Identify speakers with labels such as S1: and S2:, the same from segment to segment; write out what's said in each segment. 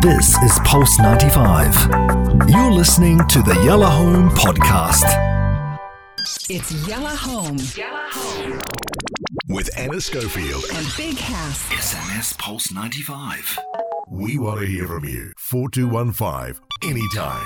S1: This is Pulse 95. You're listening to the Yellow Home Podcast
S2: It's Yellow Home
S3: with Anna Schofield.
S2: and Big House.
S1: SMS Pulse 95.
S3: We want to hear from you. 4215 anytime.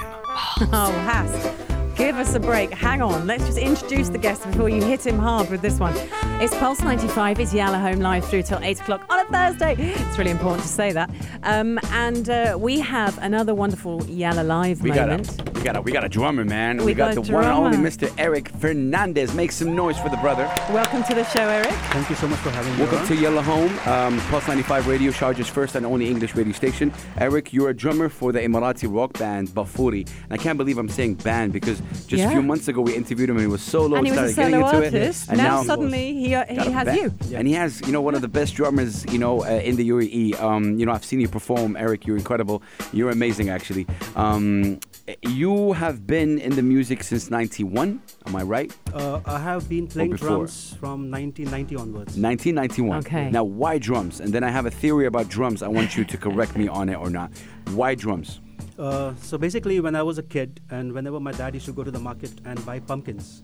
S4: Oh, Hass, give us a break. Hang on. Let's just introduce the guest before you hit him hard with this one. It's Pulse 95. It's Yalla Home Live through till 8 o'clock on a Thursday. It's really important to say that. Um, and uh, we have another wonderful Yalla Live
S5: We got,
S4: moment.
S5: a, we, got a, we got a drummer, man. We,
S4: We
S5: got,
S4: got a
S5: the one and only
S4: drummer. Mm-hmm.
S5: Mr. Eric Fernandez. Make some noise for the brother.
S4: Welcome to the show, Eric.
S6: Thank you so much for having me.
S5: Welcome to Yellow Home, um, Plus 95 Radio, Sharjah's first and only English radio station. Eric, you're a drummer for the Emirati rock band Bafuri. And I can't believe I'm saying band because just
S4: Yeah.
S5: a few months ago we interviewed him and he was solo.
S4: and he was a
S5: started getting
S4: solo
S5: into it,
S4: artist.
S5: and
S4: now, suddenly he, uh,
S5: Got
S4: he
S5: a
S4: has
S5: ba-
S4: you.
S5: And he has, you know, one of the best drummers, you know, uh, in the UAE. Um, you know, I've seen you perform, Eric. You're incredible. You're amazing, actually. Um, you have been in the music since 91, am I right?
S6: Uh, I have been playing
S5: before.
S6: drums from 1990 onwards.
S5: 1991.
S4: Okay.
S5: Now, why drums? And then I have a theory about drums. I want you to correct me on it or not. Why drums?
S6: Uh, so basically, when I was a kid, and whenever my dad used to go to the market and buy pumpkins,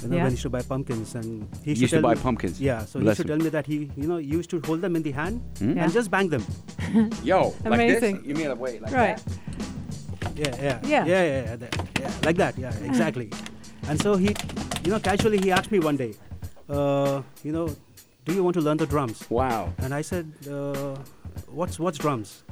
S6: whenever
S4: Yeah.
S6: he used to buy pumpkins, and he
S5: used to
S6: tell
S5: buy
S6: me-
S5: pumpkins.
S6: Yeah. So
S5: Bless
S6: he used to
S5: him. Hmm?
S6: tell me that he, you know, he used to hold them in the hand and
S4: Yeah.
S6: just bang them.
S5: Yo,
S4: Amazing.
S5: like this? You mean like, wait, like
S4: Right.
S5: that?
S6: Yeah, yeah,
S4: Yeah.
S6: yeah, yeah, yeah, that- yeah, like that. Yeah, exactly. And so he, you know, casually he asked me one day, uh, you know, do you want to learn the drums?
S5: Wow.
S6: And I said, uh, what's what's drums?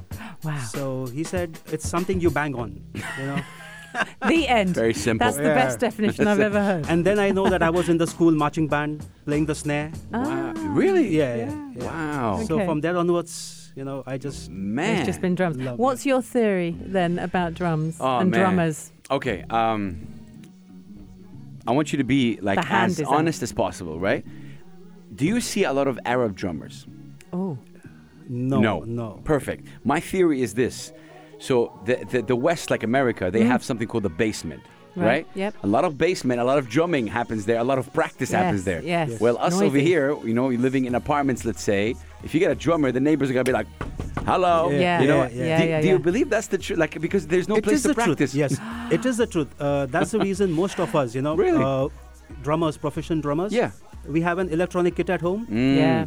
S4: Wow.
S6: So he said it's something you bang on, you know.
S4: the end.
S5: Very simple.
S4: That's the
S6: Yeah.
S4: best definition I've ever heard.
S6: and then I know that I was in the school marching band playing the snare.
S4: Ah,
S5: Wow. Really?
S6: Yeah, yeah. yeah.
S5: Wow.
S6: So
S4: Okay.
S6: from there onwards, you know, I just
S5: Man.
S4: It's just been drums.
S6: Love
S4: What's your theory then about drums
S5: Oh,
S4: and
S5: man.
S4: drummers?
S5: Okay. Um, I want you to be like
S4: The hand
S5: as
S4: is up.
S5: honest as possible, right? Do you see a lot of Arab drummers?
S4: Oh,
S6: no, no,
S5: Perfect. My theory is this. So the the, the West, like America, they have something called the basement.
S4: Mm. Right,
S5: Right.
S4: yep.
S5: A lot of basement, a lot of drumming happens there. A lot of practice happens
S4: Yes,
S5: there.
S4: yes. Yes.
S5: Well, us over
S4: Noisy.
S5: here, you know, you're living in apartments. Let's say, if you get a drummer, the neighbors are gonna be like, "Hello."
S4: Yeah,
S5: You know.
S6: yeah,
S4: yeah,
S5: do,
S4: yeah,
S5: do you
S4: yeah.
S5: believe that's the truth? Like, because there's no
S6: It
S5: place
S6: is
S5: to
S6: the
S5: practice.
S6: truth. Yes, it is the truth. Uh, that's the reason most of us, you know,
S5: Really?
S6: uh, drummers, profession drummers.
S5: Yeah. Mm.
S6: We have an electronic kit at home
S4: yeah.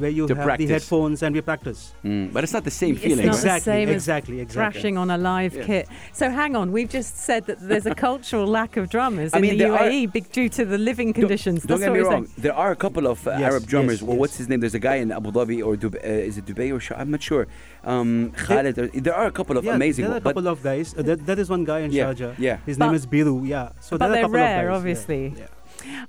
S6: where you
S5: To
S6: have
S5: practice.
S6: the headphones and we practice.
S5: Mm, but it's not the same
S4: It's
S5: feeling.
S4: not
S5: right?
S4: the same as
S6: exactly, exactly.
S4: thrashing on a live kit. So hang on, we've just said that there's a cultural lack of drummers
S5: I
S4: in
S5: mean,
S4: the
S5: there are-
S4: UAE be- due to the living conditions.
S5: Don't
S4: That's
S5: get me
S4: what we're
S5: wrong.
S4: saying.
S5: There are a couple of uh,
S6: Yes,
S5: Arab drummers.
S6: yes,
S5: Well, what's
S6: yes.
S5: his name? There's a guy in Abu Dhabi or Dub- uh, is it Dubai or Shah? I'm not sure. Um, Khaled. or- There are a couple of
S6: Yeah,
S5: amazing.
S6: There are a
S5: ones, but
S6: couple of guys. Uh, there, there is one guy in
S5: Yeah,
S6: Sharjah.
S5: yeah.
S6: His
S4: But-
S6: name is Biru. Yeah. So
S4: but
S6: there are a
S4: they're
S6: couple of
S4: rare,
S6: guys, yeah.
S4: obviously.
S6: Yeah.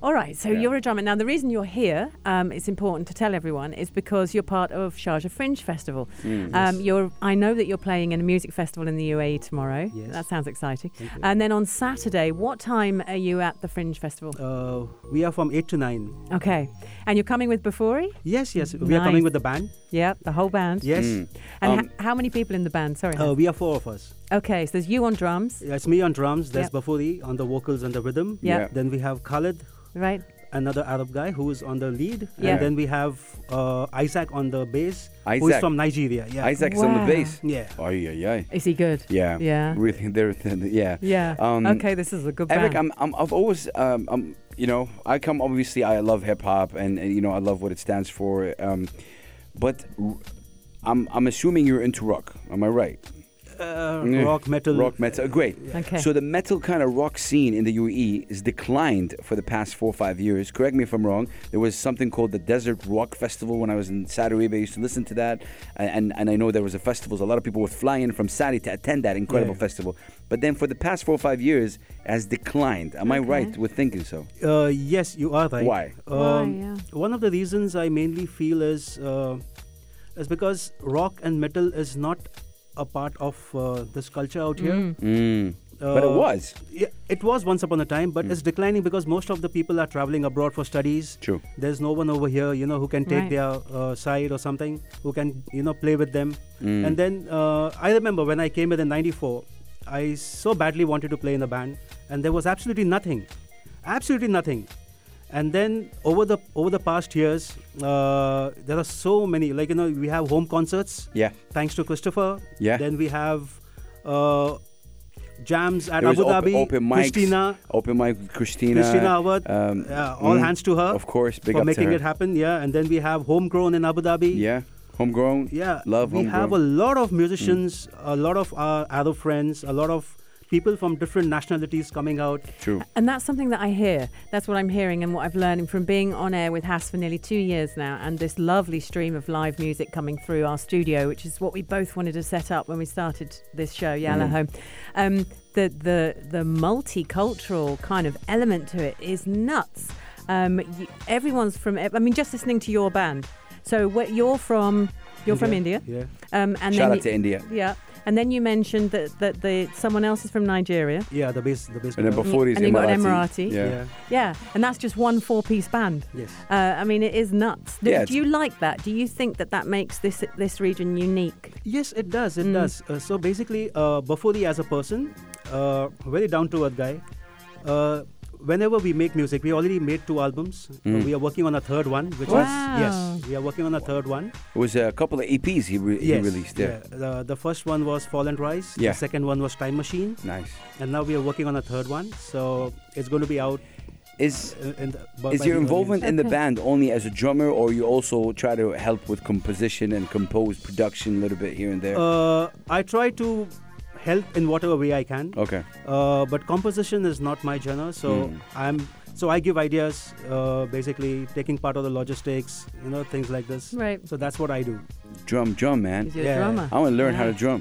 S4: All right, so
S5: Yeah.
S4: you're a drummer. Now, the reason you're here, um, it's important to tell everyone, is because you're part of Sharjah Fringe Festival.
S5: Mm,
S4: um, you're, I know that you're playing in a music festival in the UAE tomorrow.
S6: Yes.
S4: That sounds exciting.
S6: Thank you.
S4: And then on Saturday, what time are you at the Fringe Festival?
S6: Uh, we are from eight to nine.
S5: Oh.
S4: Okay. And you're coming with Bafori?
S6: Yes, yes. We are coming
S4: Nice.
S6: with the band.
S4: Yeah, the whole band.
S6: Yes.
S4: And
S5: Um,
S4: h- how many people in the band? Sorry.
S6: Uh, we are four of us.
S4: Okay, so there's you on drums,
S6: Yeah, It's me on drums. There's
S4: Yep.
S6: Bafuri on the vocals and the rhythm.
S4: Yeah. Yeah.
S6: Then we have Khalid,
S4: right?
S6: another Arab guy who is on the lead.
S4: Yeah.
S6: And then we have uh, Isaac on the bass, who is
S5: Isaac.
S6: from Nigeria. Yeah.
S5: Isaac's on
S4: Wow.
S5: the bass.
S6: Yeah.
S5: Ay, ay, ay.
S4: Is he good?
S5: Yeah.
S4: Yeah.
S5: Really, there. Yeah.
S4: Yeah.
S5: Um,
S4: okay, this is a good band.
S5: Eric, I'm, I'm, I've always, um, I'm, you know, I come obviously, I love hip hop, and, and you know, I love what it stands for. Um, but r- I'm, I'm assuming you're into rock. Am I right?
S6: Uh,
S5: Yeah.
S6: Rock, metal.
S5: Mm. Rock metal. Great.
S4: Okay.
S5: So the metal kind of rock scene in the UAE is declined for the past four or five years. Correct me if I'm wrong. There was something called the Desert Rock Festival when I was in Saudi Arabia. I used to listen to that, and and, and I know there was a festival. So a lot of people would fly in from Saudi to attend that incredible
S6: Yeah.
S5: festival. But then for the past four or five years, it has declined. Am I right with thinking so?
S6: Uh, yes, you are right.
S5: Why?
S6: Um,
S4: Why, yeah.
S6: One of the reasons I mainly feel is uh, is because rock and metal is not a part of uh, this culture out here.
S5: Mm. but it
S6: Uh,
S5: was. Hmm.
S6: Yeah, it was once upon a time, but it's declining because most of the people are traveling abroad for studies.
S5: True.
S6: There's no one over here, you know, who can take
S4: Right.
S6: their uh, side or something, who can, you know, play with them.
S5: Hmm.
S6: And then uh, I remember when I came here in '94, I so badly wanted to play in a band, and there was absolutely nothing, absolutely nothing. And then over the over the past years, uh, there are so many. Like you know, we have home concerts.
S5: Yeah.
S6: Thanks to Christopher.
S5: Yeah.
S6: Then we have uh, jams at
S5: There was
S6: Abu
S5: open,
S6: Dhabi.
S5: open mics,
S6: Christina.
S5: open mic, with Christina,
S6: Christina Awad,
S5: um,
S6: yeah, all
S5: mm,
S6: hands to her.
S5: Of course, big
S6: for
S5: up to
S6: making
S5: her.
S6: it happen. Yeah, and then we have homegrown in Abu Dhabi.
S5: Yeah, homegrown.
S6: yeah.
S5: love
S6: We
S5: homegrown. Mm.
S6: have a lot of musicians, a lot of our other friends, a lot of people from different nationalities coming out.
S5: True.
S4: And that's something that I hear. That's what I'm hearing and what I've learned from being on air with Hass for nearly two years now and this lovely stream of live music coming through our studio, which is what we both wanted to set up when we started this show,
S5: Mm.
S4: Yellow Home. Um, the, the, the multicultural kind of element to it is nuts. Um, y everyone's from, I mean, just listening to your band. So wh- you're from, you're from India.
S6: Yeah.
S4: Um, and
S5: Shout
S4: then
S5: out
S4: you-
S5: to India.
S4: Yeah. And then you mentioned that, that the, someone else is from Nigeria.
S6: Yeah, the bass, the bass.
S5: And then
S6: guitar.
S5: before he's
S4: And you got an Emirati.
S5: Yeah.
S6: yeah.
S4: Yeah, and that's just one four-piece band.
S6: Yes.
S4: Uh, I mean, it is nuts. Do,
S5: Yeah,
S4: do
S5: it's-
S4: you like that? Do you think that that makes this this region unique?
S6: Yes, it does. It
S4: Mm.
S6: does. Uh, so basically, uh, Bafori as a person, uh, very down to earth guy. Uh, whenever we make music, we already made two albums. Uh,
S5: Mm.
S6: we are working on a third one, which
S4: Wow.
S6: is yes, we are working on a third one.
S5: It was a couple of EPs he, re-
S6: yes,
S5: he released. Yeah.
S6: The, the first one was Fall and Rise.
S5: Yeah.
S6: The second one was Time Machine,
S5: Nice.
S6: and now we are working on a third one. So it's going to be out.
S5: Is
S6: uh, In the, by-
S5: is
S6: by
S5: your
S6: the
S5: involvement
S6: audience.
S5: in the
S4: Okay.
S5: band only as a drummer, or you also try to help with composition and compose production a little bit here and there?
S6: Uh, I try to help in whatever way I can.
S5: okay.
S6: Uh, but composition is not my genre so
S5: Mm.
S6: i'm so i give ideas uh, basically taking part of the logistics you know things like this
S4: Right.
S6: so that's what i do
S5: Drum, drum, man.
S4: Is your
S6: Yeah.
S4: drummer?
S5: I want to learn how to
S4: Yeah.
S5: drum.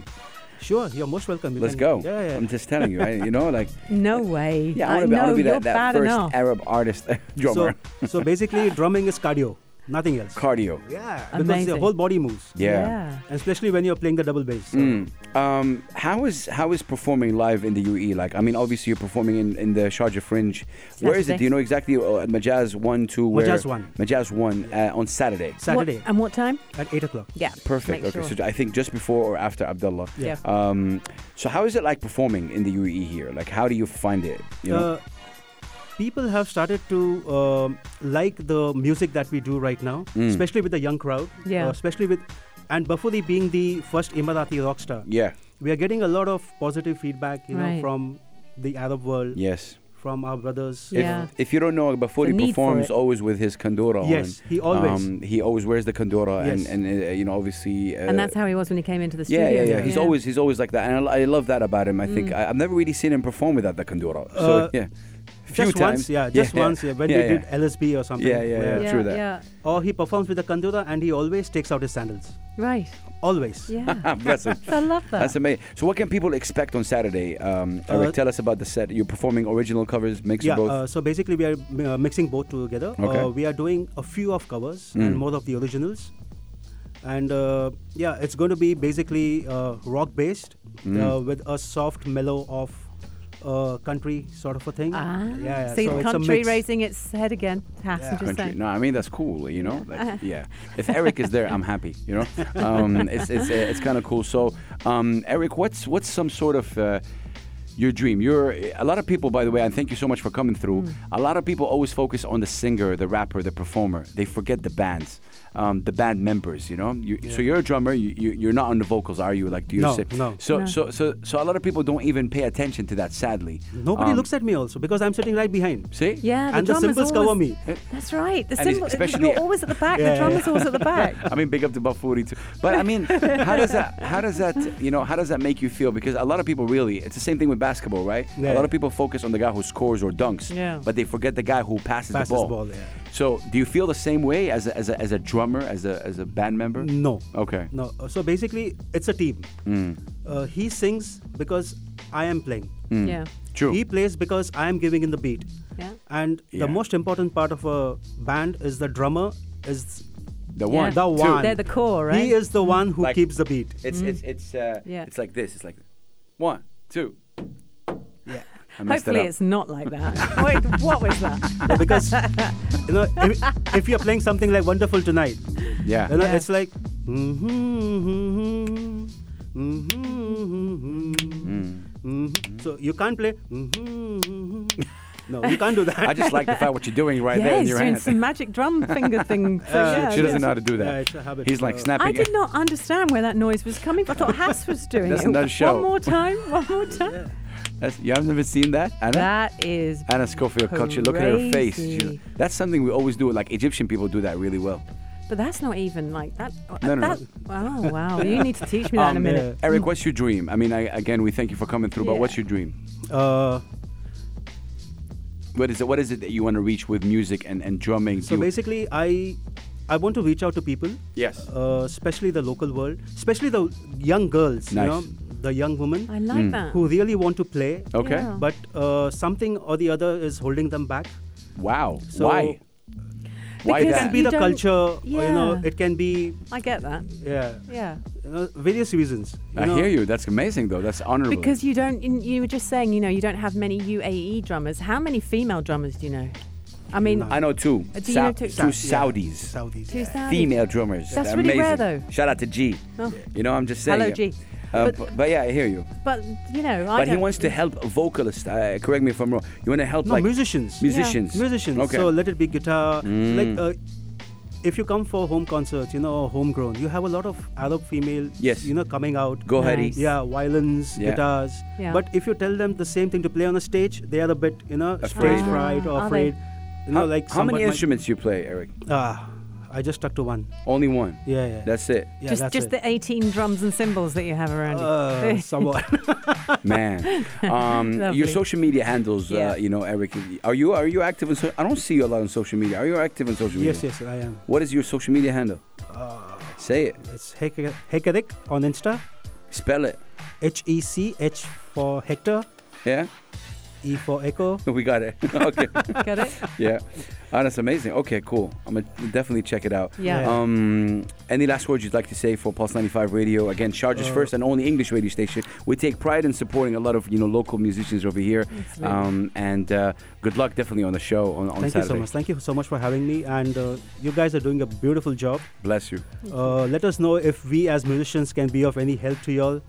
S6: sure you're most welcome You
S5: Let's
S6: can-
S5: go.
S6: yeah, yeah.
S5: I'm just telling you, right? You know, like
S4: No way.
S5: yeah, I want to be, I
S4: know
S5: wanna be
S4: you're
S5: that, that
S4: bad
S5: first
S4: enough.
S5: Arab artist drummer.
S6: so, so basically drumming is cardio nothing else
S5: Cardio.
S6: yeah because
S4: Amazing.
S6: the whole body moves
S5: Yeah.
S6: And especially when you're playing the double bass so.
S5: Mm. Um, how is how is performing live in the UE like? I mean, obviously you're performing in, in the Sharjah Fringe. Where is it?
S4: Saturday.
S5: Do you know exactly? Uh, at Majaz one two. Where,
S6: Majaz One.
S5: Majaz one uh, on Saturday.
S4: What-
S6: saturday
S4: and what time?
S6: at 8 o'clock
S4: Yeah.
S5: Perfect.
S4: Make
S5: okay,
S4: sure.
S5: so I think just before or after Abdullah.
S4: Yeah.
S5: Um, so how is it like performing in the UAE here? Like, how do you find it? You know.
S6: uh, people have started to um, like the music that we do right now,
S5: Mm.
S6: especially with the young crowd.
S4: Yeah.
S6: uh, especially with, and Bafudi being the first Emirati rock star,
S5: yeah.
S6: we are getting a lot of positive feedback, you
S4: Right.
S6: know, from the Arab world,
S5: Yes.
S6: from our brothers.
S4: If- Yeah.
S5: If you don't know, Bafori
S4: The need for
S5: performs
S4: it.
S5: always with his kandora on.
S6: Yes,
S5: Um,
S6: he always.
S5: he always wears the kandora,
S6: Yes.
S5: and, and uh, you know, obviously. Uh,
S4: and that's how he was when he came into the studio.
S5: Yeah, yeah, yeah. He's always he's always like that, and I, I love that about him. I think I, I've never really seen him perform without the kandora. So
S6: Mm. Uh,
S5: yeah, few
S6: Just once,
S5: times.
S6: yeah, just once, yeah, when
S5: yeah,
S6: we
S5: yeah.
S6: did LSB or something.
S5: Yeah, yeah,
S6: where-
S5: yeah.
S4: yeah,
S5: true that.
S4: Yeah.
S6: Or he performs with the kandura and he always takes out his sandals.
S4: Right.
S6: Always.
S4: Yeah.
S5: Ah, bless him.
S4: I love that.
S5: That's amazing. So, what can people expect on Saturday? Um, Eric,
S6: Uh,
S5: tell us about the set. You're performing original covers, mix of
S6: Yeah,
S5: both.
S6: uh, so basically we are uh, mixing both together.
S5: Okay.
S6: Uh, we are doing a few of covers
S5: Mm.
S6: and more of the originals. And uh, yeah, it's going to be basically uh, rock based uh,
S5: Mm.
S6: with a soft mellow of uh, country sort of a thing.
S4: ah.
S6: yeah, yeah.
S4: See,
S6: so it's a
S4: country
S6: mix.
S4: raising its head again. Hass,
S6: Yeah.
S4: I'm just
S5: country.
S4: saying. Uh-huh.
S5: No, I mean that's cool. You know, like, yeah. If Eric is there, I'm happy. You know, um, it's it's uh, it's kind of cool. So, um, Eric, what's what's some sort of uh, your dream? You're a lot of people, by the way, and thank you so much for coming through.
S4: Mm.
S5: A lot of people always focus on the singer, the rapper, the performer. They forget the bands, um, the band members. You know, you, so you're a drummer. You, you you're not on the vocals, are you? Like, do you?
S6: No,
S5: sit-
S6: no.
S5: So
S4: No.
S5: so so so a lot of people don't even pay attention to that. Sadly,
S6: Nobody
S5: Um,
S6: looks at me also because I'm sitting right behind.
S5: See?
S4: Yeah, the
S6: and the
S4: drummer's
S6: symbols cover
S4: always-
S6: me.
S4: That's right. The
S5: And he's
S4: symbol,
S5: especially-
S4: you're always at the back.
S6: Yeah,
S4: the
S6: yeah.
S4: drummer's always at the back.
S5: I mean, big up to Bafuri too. But I mean, how does that? How does that? You know, how does that make you feel? Because a lot of people really, it's the same thing with basketball, right? A
S6: Yeah.
S5: lot of people focus on the guy who scores or dunks,
S4: Yeah.
S5: but they forget the guy who passes,
S6: Passes
S5: the ball.
S6: ball, yeah.
S5: So, do you feel the same way as a, as a, as a drummer, as a as a band member?
S6: No.
S5: Okay.
S6: No. uh, So basically, it's a team.
S5: Hmm.
S6: Uh, he sings because I am playing.
S5: Mm.
S4: Yeah.
S5: Hmm, True.
S6: He plays because I am giving in the beat.
S4: Yeah.
S6: And
S5: Yeah.
S6: the most important part of a band is the drummer is
S5: the one.
S6: the
S5: two.
S6: one.
S4: They're the core, right?
S6: He is the one who
S5: Like-
S6: keeps the beat.
S5: It's it's it's uh,
S4: Yeah.
S5: it's like this. It's like one, two. I
S6: Yeah.
S5: messed
S4: Hopefully,
S5: it up.
S4: it's not like that. Wait, what was that?
S6: because you know if, if you're playing something like Wonderful Tonight,
S5: yeah.
S6: you know,
S4: Yeah.
S6: it's like mhm, mhm, mhm, mm-hmm.
S5: Hmm. Mm.
S6: mhm, mhm. So you can't play mhm, mhm, mhm. mm-hmm, No, you can't do that.
S5: I just like the fact what you're doing right there in
S4: yes,
S5: your
S4: doing
S5: hand.
S4: some magic drum finger thing. So,
S6: Uh,
S4: yeah,
S5: she doesn't
S4: yeah.
S5: know how to do that.
S6: Yeah, it's a habit.
S5: He's like
S6: Uh,
S5: snapping.
S4: I did not understand where that noise was coming from. I thought Hass was doing
S5: That's
S4: it.
S5: another show.
S4: One more time. One more time.
S5: That's- you have never seen that, Anna.
S4: That is.
S5: Anna Schofield culture. Look at her face. She-
S4: crazy.
S5: that's something we always do. Like Egyptian people do that really well.
S4: But that's not even like that.
S5: No, no, no.
S4: that Wow, wow. You need to teach me that in a
S5: Um,
S4: minute.
S5: Eric, what's your dream? I mean, I, again, we thank you for coming through. But
S4: Yeah.
S5: what's your dream?
S6: Uh,
S5: What is it? What is it that you want to reach with music and, and drumming?
S6: so
S5: Do you-
S6: basically, I I want to reach out to people.
S5: Yes.
S6: Uh, especially the local world, especially the young girls. You
S5: Nice.
S6: know, the young women
S4: I
S5: Mm.
S4: like that.
S6: who really want to play.
S5: okay.
S4: Yeah.
S6: But uh, something or the other is holding them back.
S5: Wow.
S6: So-
S5: Why? Why
S4: Because
S6: It
S5: that?
S6: can be
S4: You
S6: the
S4: don't-
S6: culture. You know,
S4: Yeah.
S6: it can be
S4: I get that.
S6: yeah,
S4: Yeah.
S6: you know, various reasons. You
S5: I
S6: know,
S5: hear you. That's amazing, though. That's honorable.
S4: Because you don't, you- you were just saying, you know, you don't have many UAE drummers. How many female drummers do you know? I mean,
S5: I know two.
S4: Uh, do you
S5: Sa-
S4: know
S5: two
S4: two-
S5: Saudis.
S6: Saudis.
S4: Two Saudis.
S5: Female drummers.
S4: That's
S5: They're
S4: really rare,
S5: amazing.
S4: though.
S5: Shout out to G.
S4: Oh.
S5: You know, I'm just saying.
S4: Hello,
S5: it.
S4: G.
S5: Uh,
S4: But-
S5: but, but yeah, I hear you.
S4: but, you know, I
S5: But he
S4: don't-
S5: wants to help vocalists. Uh, correct me if I'm wrong. You want to help
S6: No,
S5: like
S6: musicians.
S5: musicians,
S6: musicians.
S5: Okay. Hmm.
S6: So let it be guitar. Like, uh, if you come for home concerts, you know, or homegrown, you have a lot of Arab female,
S5: Yes.
S6: you know, coming out.
S5: Go ahead.
S4: Nice.
S5: Eddie.
S6: Yeah, violins,
S5: Yeah.
S6: guitars.
S4: Yeah.
S6: But if you tell them the same thing to play on a stage, they are a bit, you know,
S5: Afraid.
S6: stage fright or
S4: Ah, are they?
S6: afraid. You know,
S5: How,
S6: like
S5: how many
S6: somewhat might-
S5: instruments you play, Eric?
S6: Ah, I just stuck to one.
S5: Only one.
S6: Yeah, yeah.
S5: That's it,
S6: yeah,
S4: just
S6: that's
S4: just
S6: it.
S4: the 18 drums and cymbals that you have around
S6: Uh,
S4: you.
S6: somewhat.
S5: man. Um, your
S4: Lovely.
S5: social media handles, uh,
S4: Yeah.
S5: you know, Eric. Are you are you active? On so- I don't see you a lot on social media. Are you active on social media?
S6: yes, yes, Uh. I am.
S5: What is your social media handle? Say it.
S6: It's Hek- Hekeric on Insta.
S5: Spell it.
S6: H E C H for Hector,
S5: Yeah,
S6: E for Echo.
S5: we got it. okay.
S4: Get it?
S5: Yeah. Oh, that's amazing. Okay, cool. I'm gonna definitely check it out.
S4: Yeah.
S6: Yeah.
S5: Um, any last words you'd like to say for Pulse 95 Radio? Again, Chargers
S4: Uh,
S5: first and only English radio station. We take pride in supporting a lot of you know local musicians over here. Um, and uh, good luck definitely on the show on, on
S6: Thank you so
S5: Saturday.
S6: much. Thank you so much for having me. And uh, you guys are doing a beautiful job.
S5: Bless you.
S6: Uh, let us know if we as musicians can be of any help to y'all.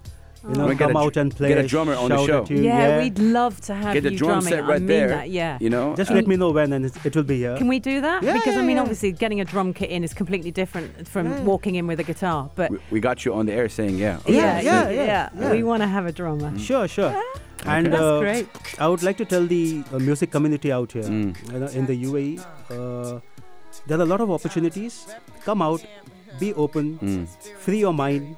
S6: You know,
S5: We get a
S6: come
S5: dr-
S6: out and play.
S5: get a drummer on the
S6: shout
S5: show.
S6: at you,
S4: yeah, we'd love to have
S5: Get the
S4: you
S5: drum
S4: drumming.
S5: set
S4: I
S5: right
S4: mean
S5: there.
S4: that, yeah.
S5: You know.
S6: Just
S5: uh,
S6: let me know when, and it, it will be here.
S4: Um, Can we do that?
S6: Yeah,
S4: because I
S6: yeah,
S4: mean,
S6: yeah.
S4: obviously, getting a drum kit in is completely different from walking in with a guitar. But
S5: we, we got you on the air saying yeah. Mm.
S4: yeah,
S6: yeah,
S4: yeah,
S6: yeah, yeah.
S4: we want to have a drummer.
S6: Sure, sure. And
S4: That's
S6: uh,
S4: great.
S6: I would like to tell the uh, music community out here
S5: Mm.
S6: you know, in the UAE, uh, there are a lot of opportunities. Come out, be open,
S5: Mm.
S6: free your mind.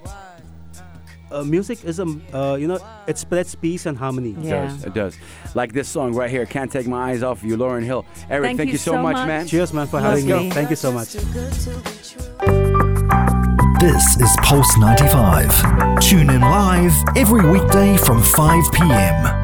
S6: Uh, music is a m- uh, you know it spreads peace and harmony.
S5: It
S4: Yeah.
S5: does. It does. Like this song right here. Can't take my eyes off of you, Lauren Hill. Eric,
S4: Thank you
S5: so
S4: so
S5: much,
S4: much.
S5: man.
S6: Cheers, man, for having
S4: Lovely.
S6: me. Thank you so much.
S1: This is Pulse 95. Tune in live every weekday from 5 p.m.